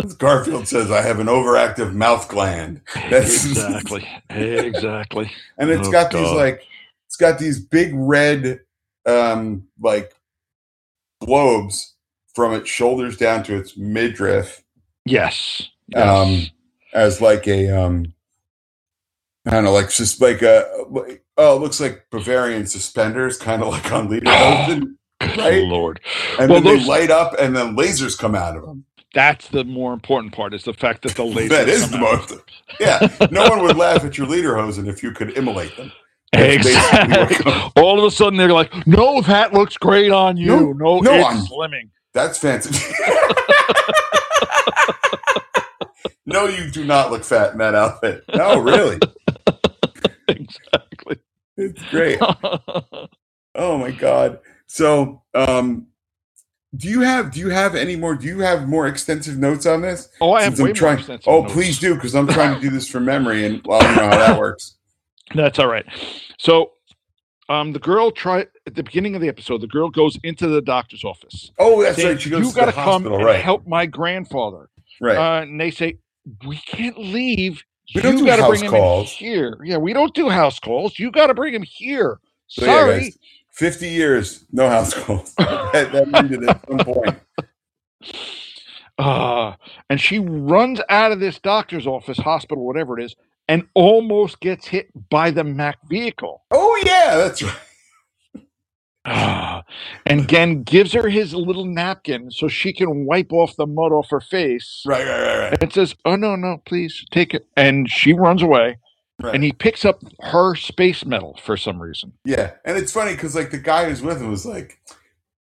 B: As Garfield says, I have an overactive mouth gland. That's-
C: exactly. Exactly.
B: and it's
C: Oh,
B: got these
C: God.
B: like it's got these big red um like globes from its shoulders down to its midriff
C: Yes. yes.
B: Um, as like a um I don't know, like just like a like- oh, it looks like Bavarian suspenders, kind of like on Lederhosen,
C: Good
B: right?
C: Lord.
B: and
C: Well,
B: then
C: those-
B: they light up, and then lasers come out of them.
C: That's the more important part is the fact that the laser.
B: that is the most. Yeah, no one would laugh at your Lederhosen if you could immolate them. That's basically what
C: Exactly. All of a sudden, they're like, "No, that looks great on you.
B: No,
C: No,
B: no,
C: it's
B: I'm-
C: slimming."
B: That's fancy. no, you do not look fat in that outfit. No, really.
C: Exactly.
B: It's great. Oh my god. So, um do you have do you have any more do you have more extensive notes on this?
C: oh, I have
B: Since I'm
C: way more
B: trying-
C: extensive
B: Oh,
C: notes.
B: please do cuz I'm trying to do this from memory and well, you know how that works.
C: That's all right. So, um, the girl try at the beginning of the episode. The girl goes into the doctor's office.
B: Oh, that's
C: saying,
B: right. She goes
C: you
B: to the
C: gotta come
B: hospital,
C: and
B: right?
C: help my grandfather.
B: right.
C: Uh, and they say we can't leave.
B: We don't
C: you
B: do
C: gotta
B: house
C: bring him in
B: calls."
C: here. Yeah, we don't do house calls. You got to bring him here.
B: So, yeah,
C: Sorry.
B: guys, 50 years, no house calls. that, that ended at some point.
C: Ah, and she runs out of this doctor's office, hospital, whatever it is, and almost gets hit by the Mac vehicle.
B: Oh yeah, that's right.
C: Ah, and Gen gives her his little napkin so she can wipe off the mud off her face.
B: Right, right, right, right.
C: And says, "Oh no, no, please take it." And she runs away.
B: right.
C: And he picks up her space medal for some reason.
B: Yeah, and it's funny because like the guy who's with him was like,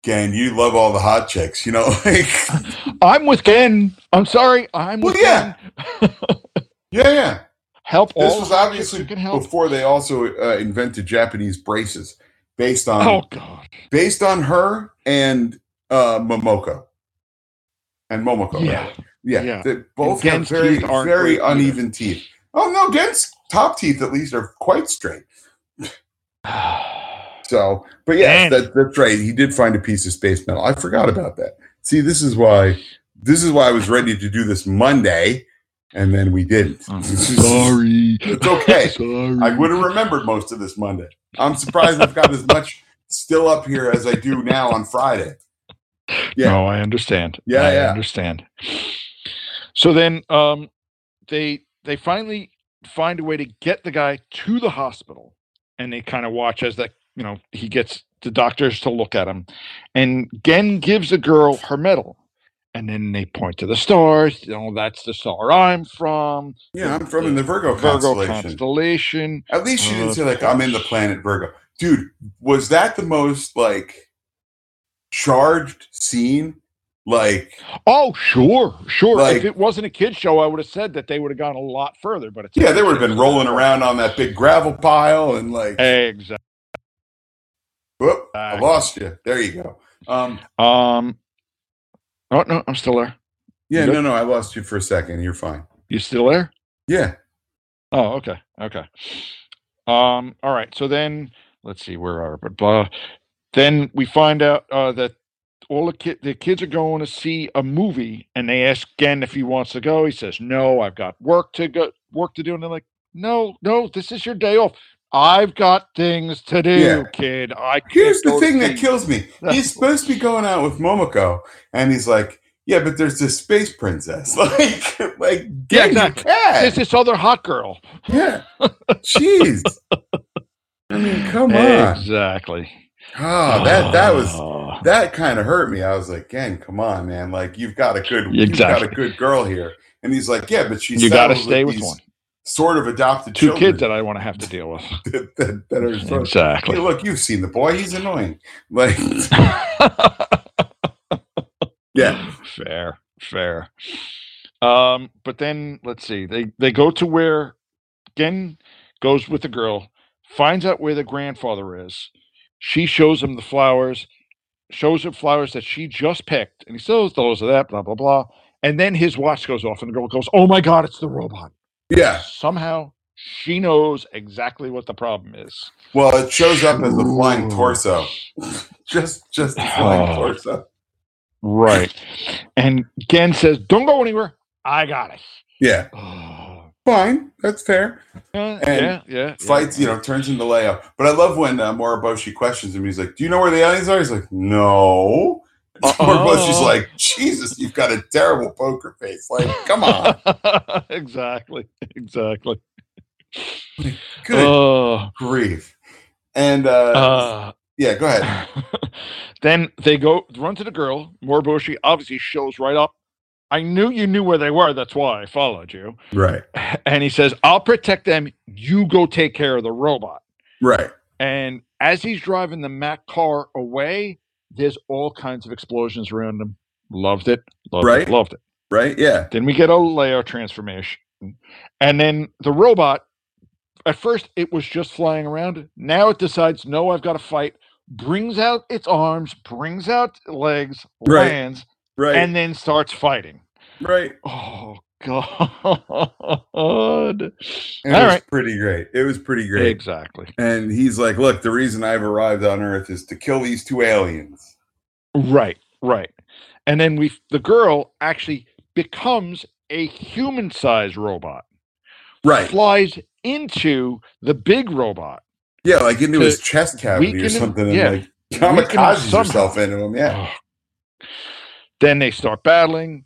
B: "Gang, you love all the hot chicks, you know?" Like,
C: I'm with Ken. I'm sorry. I'm
B: Well,
C: with
B: yeah.
C: Ken.
B: Yeah, yeah.
C: help all
B: This was
C: the chicks
B: obviously
C: you can help.
B: before they also uh, invented Japanese braces based on
C: Oh god.
B: based on her and uh, Momoko and Momoko.
C: Yeah.
B: rather. yeah,
C: Yeah.
B: They both
C: And
B: have
C: Gen's
B: very
C: teeth aren't
B: very
C: great either.
B: uneven teeth. Oh no, Gen's top teeth at least are quite straight. So, but yes,
C: And-
B: that, that's right. He did find a piece of space metal. I forgot about that. See, this is why this is why I was ready to do this Monday, and then we didn't.
C: I'm Oh, sorry.
B: It's okay.
C: sorry.
B: I would have remembered most of this Monday. I'm surprised I've got as much still up here as I do now on Friday. yeah.
C: No, I understand.
B: Yeah,
C: I
B: yeah.
C: understand. So then um they they finally find a way to get the guy to the hospital and they kind of watch as that you know he gets the doctors to look at him and Gen gives the girl her medal and then they point to the stars you know that's the star I'm from
B: Yeah, I'm from in the Virgo,
C: Virgo
B: constellation.
C: constellation
B: At least she didn't
C: Of
B: say like I'm in the
C: course.
B: planet Virgo. Dude, was that the most like charged scene? Like
C: oh sure sure
B: Like-
C: if it wasn't a kid show I would have said that they would have gone a lot further but it's a
B: yeah,
C: kid
B: they would
C: show,
B: have been
C: so
B: rolling
C: that's-
B: around on that big gravel pile and like
C: exactly
B: whoop, I lost you. There you go. Um
C: Um. Oh no, I'm still there.
B: yeah,
C: Yep.
B: no, no, I lost you for a second. You're fine.
C: You still there?
B: Yeah.
C: Oh, okay, okay. Um. All right. So then, let's see. Where are but blah. Then we find out uh, that all the kid the kids are going to see a movie, and they ask Gen if he wants to go. He says, "No, I've got work to go work to do." And they're like, "No, no, this is your day off." I've got things to do,
B: Yeah.
C: kid. I can't
B: Here's the
C: go
B: thing that
C: see-"
B: kills me. He's supposed to be going out with Momoko, and he's like, "Yeah, but there's this space princess. Like, like, get yeah,
C: exactly. It's this other hot girl.
B: Yeah, jeez. I mean, come on.
C: Exactly.
B: Oh, that that was
C: Ah.
B: that kind of hurt me. I was like, "Gang, come on, man! Like, you've got a good, you've got a
C: Exactly.
B: good girl here." And he's like, "Yeah, but she's
C: you got to
B: saddled
C: stay with
B: these
C: one.
B: sort of adopted
C: Two
B: children
C: kids that I want to have to deal with.
B: that, that, that are sort of-
C: Exactly.
B: Hey, look, you've seen the boy; he's annoying. Like, yeah."
C: fair, fair. Um, but then let's see. They they go to where Gen goes with the girl, finds out where the grandfather is. She shows him the flowers, shows him flowers that she just picked, and he says those are that, blah blah blah. And then his watch goes off, and the girl goes, "Oh my god, it's the robot!"
B: Yeah.
C: Somehow she knows exactly what the problem is.
B: Well, it shows up as a flying
C: Ooh.
B: torso. just just a flying
C: Oh.
B: torso.
C: Right. And Gen says, Don't go anywhere. I got it.
B: Yeah.
C: Oh.
B: Fine. That's fair.
C: Yeah, yeah,
B: And
C: yeah.
B: Fights, you know, turns into Leia. But I love when uh, Moriboshi questions him. He's like, Do you know where the aliens are? He's like, No.
C: Uh-oh.
B: Moriboshi's like, Jesus, you've got a terrible poker face. Like, come on.
C: know. exactly. Exactly.
B: Good
C: Oh,
B: grief. And uh,
C: uh,
B: yeah, go ahead.
C: then they go run to the girl. Moriboshi obviously shows right up. I knew you knew where they were. That's why I followed you.
B: Right.
C: And he says, I'll protect them. You go take care of the robot.
B: Right.
C: And as he's driving the Mac car away, there's all kinds of explosions around him. Loved it. Loved
B: Right.
C: it. Loved it.
B: Right. Yeah.
C: Then we get a Leo transformation. And then the robot, at first it was just flying around. Now it decides, no, I've got to fight. Brings out its arms, brings out legs,
B: Right.
C: lands,
B: Right.
C: and then starts fighting.
B: right.
C: Oh God.
B: It
C: all
B: was
C: right.
B: pretty great. It was pretty great.
C: Exactly.
B: And he's like, Look, the reason I've arrived on Earth is to kill these two aliens.
C: Right, right. And then we the girl actually becomes a human-sized robot.
B: Right.
C: Flies into the big robot.
B: Yeah, like into
C: to
B: his chest cavity or
C: weaken him-
B: something, and
C: yeah,
B: like
C: weaken him
B: kamikazes
C: somehow.
B: yourself into him. Yeah,
C: Ugh. Then they start battling.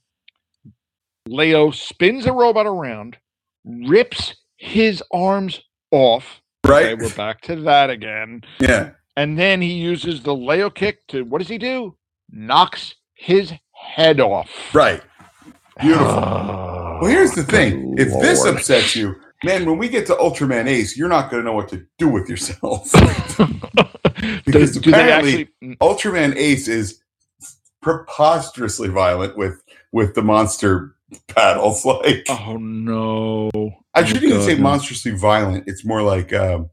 C: Leo spins the robot around, rips his arms off. Oh, Okay,
B: right.
C: we're back to that again.
B: Yeah,
C: And then he uses the Leo kick to what does he do? Knocks his head off.
B: right. Beautiful. well, here's the
C: Ah, Good
B: thing: if this
C: Lord.
B: upsets you, man, when we get to Ultraman Ace, you're not going to know what to do with yourself.
C: Does-
B: Because
C: do they mm,
B: apparently-
C: actually-
B: Ultraman Ace is preposterously violent with with the monster battles. Like
C: Oh no!
B: I
C: Oh,
B: shouldn't even
C: God,
B: say
C: no.
B: monstrously violent. It's more like um,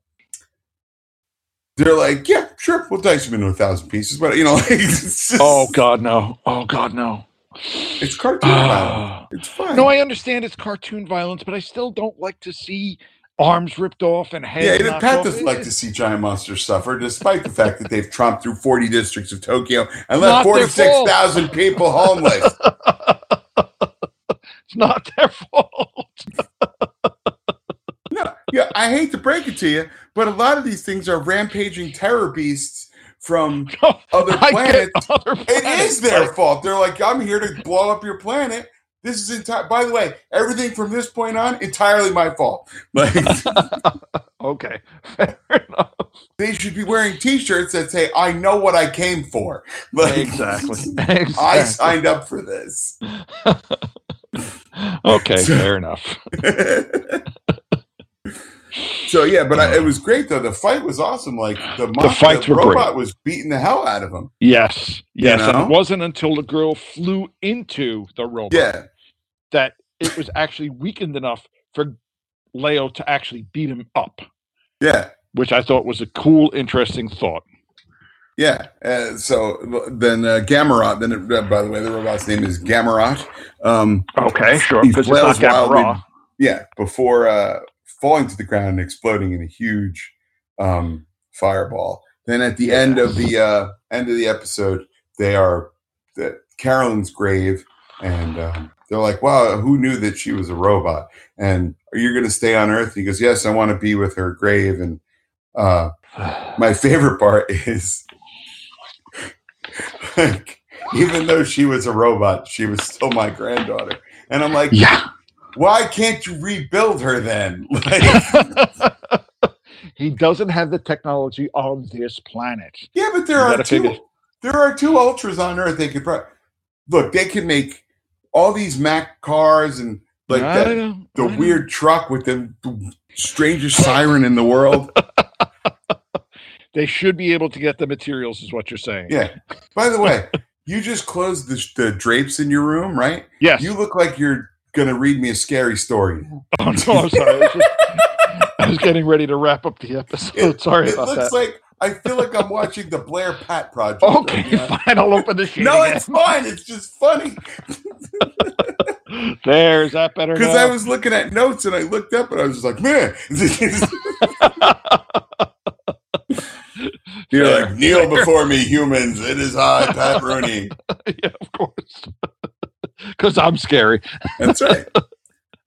B: they're like, yeah, sure, we'll dice them into a thousand pieces, but you know, like, it's just,
C: Oh God, no! Oh God, no!
B: it's cartoon violence.
C: Ah.
B: It's fine.
C: no, I understand it's cartoon violence, but I still don't like to see arms ripped off and heads.
B: yeah, and
C: knocked
B: Pat
C: off.
B: doesn't
C: It-
B: like
C: it-
B: to see giant monsters suffer, despite the fact that they've tromped through 40 districts of Tokyo and
C: Not
B: left
C: their
B: 46,000 people homeless.
C: It's not their fault.
B: No, yeah, I hate to break it to you, but a lot of these things are rampaging terror beasts from
C: No,
B: other
C: I get
B: planets.
C: other
B: It
C: planets,
B: is their
C: but-
B: fault. They're like, I'm here to blow up your planet. This is entire. By the way, everything from this point on entirely my fault. Like
C: Okay, fair enough.
B: they should be wearing T-shirts that say, "I know what I came for." Like
C: exactly.
B: I
C: exactly.
B: signed up for this.
C: okay,
B: So-
C: fair enough.
B: so yeah, but I, it was great though. The fight was awesome. Like the, mon-
C: fights
B: the
C: were great.
B: robot was beating the hell out of him.
C: Yes,
B: You
C: yes. And
B: know?
C: it wasn't until the girl flew into the robot
B: Yeah,
C: that it was actually weakened enough for Leo to actually beat him up,
B: yeah.
C: which I thought was a cool, interesting thought.
B: Yeah. Uh, so then uh, Gamarot. Then it, uh, by the way, the robot's name is Gamarot. Um,
C: Okay, sure.
B: He
C: 'cause
B: flails wildly.
C: Gamarra.
B: yeah. Before uh, falling to the ground and exploding in a huge um, fireball. Then at the end of the uh, end of the episode, they are at Carolyn's grave, and um, they're like, "Wow, who knew that she was a robot?" And are you going to stay on Earth? And he goes, "Yes, I want to be with her grave." And uh, my favorite part is like even though she was a robot she was still my granddaughter and i'm like
C: Yeah.
B: why can't you rebuild her then like
C: he doesn't have the technology on this planet.
B: yeah but there
C: You
B: are
C: gotta
B: two
C: figure-
B: there are two ultras on earth they could pro- look they can make all these mac cars and like
C: I
B: that,
C: know,
B: the
C: I know.
B: weird truck with the strangest siren in the world
C: They should be able to get the materials, is what you're saying.
B: yeah by the way you just closed the, the drapes in your room right
C: Yes.
B: You look like you're gonna read me a scary story.
C: Oh no, I'm sorry. I was, just- I was getting ready to wrap up the episode. sorry
B: It
C: about
B: looks
C: that.
B: like I feel like I'm watching the Blair Pat Project. right
C: okay,
B: now.
C: fine. I'll open the sheet.
B: No,
C: again.
B: it's fine. It's just funny
C: There's that better.
B: because
C: now?
B: I was looking at notes and I looked up and I was just like, man. You're
C: Fair,
B: like kneel before me, humans. It is I, Pat Rooney.
C: yeah, of course. Because I'm scary.
B: That's right.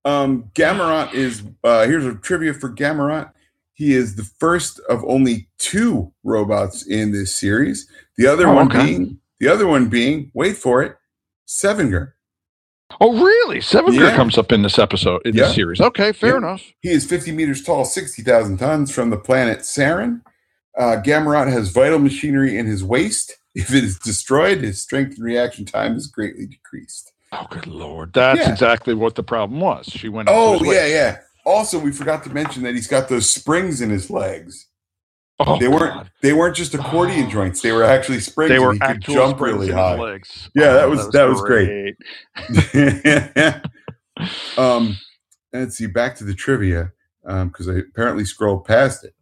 B: Um, Gamarot is uh, here's a trivia for Gamarot. He is the first of only two robots in this series. The other
C: Oh,
B: one
C: okay.
B: being the other one being wait for it, Sevenger.
C: Oh, really? Seven
B: Yeah.
C: comes up in this episode in
B: Yeah.
C: this series. Okay, fair
B: Yeah.
C: enough.
B: He is 50 meters tall, 60,000 tons from the planet Sarin. Uh, Gamarot has vital machinery in his waist. If it is destroyed, his strength and reaction time is greatly decreased.
C: Oh, good lord. That's
B: Yeah.
C: exactly what the problem was. She went. up to
B: Oh
C: his
B: yeah,
C: waist.
B: yeah. Also, we forgot to mention that he's got those springs in his legs.
C: Oh,
B: they weren't
C: God.
B: they weren't just accordion
C: Oh.
B: joints they were actually springs
C: They were
B: and he could
C: actual
B: jump
C: springs
B: really
C: in his
B: high
C: legs. Uh,
B: Yeah, that was- that was great. um let's see back to the trivia because i apparently scrolled past it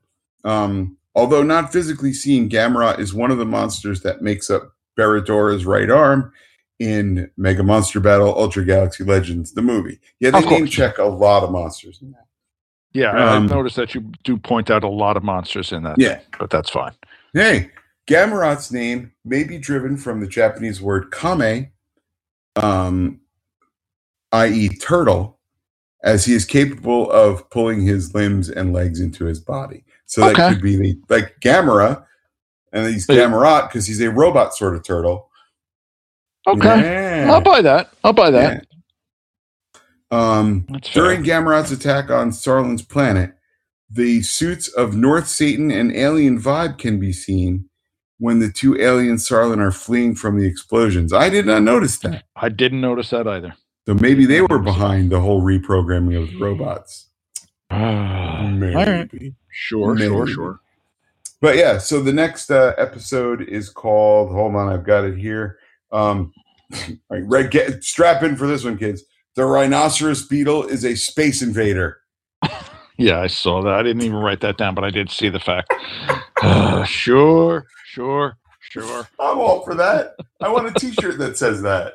B: um although not physically seen gamera is one of the monsters that makes up Baradora's right arm in mega monster battle ultra galaxy legends the movie yeah they
C: Of course.
B: name check a lot of monsters in that.
C: Yeah, I-
B: Um,
C: I noticed that you do point out a lot of monsters in that.
B: yeah
C: but that's fine.
B: Hey, Gamarot's name may be driven from the Japanese word kame, um, i.e., turtle, as he is capable of pulling his limbs and legs into his body. So that
C: Okay.
B: could be the, like Gamera, and he's
C: Yeah.
B: Gamarot because he's a robot sort of turtle.
C: Okay,
B: Yeah.
C: I'll buy that. I'll buy that.
B: Yeah. Um,
C: That's fair.
B: during Gamarot's attack on Sarlin's planet, the suits of North Satan and Alien Vibe can be seen when the two alien Sarlin are fleeing from the explosions. I did not notice that.
C: I didn't notice that either.
B: So maybe they were behind the whole reprogramming of the robots.
C: All right. Sure, sure,
B: Maybe.
C: sure.
B: But yeah, so the next uh, episode is called, hold on, I've got it here Um, all right, Red, get, strap in for this one, kids. The rhinoceros beetle is a space invader.
C: Yeah, I saw that. I didn't even write that down, but I did see the fact. Uh, sure, sure, sure.
B: I'm all for that. I want a T-shirt that says that.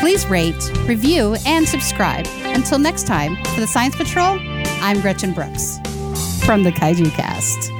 A: Please rate, review, and subscribe. Until next time, for the Science Patrol, I'm Gretchen Brooks from the Kaiju Cast.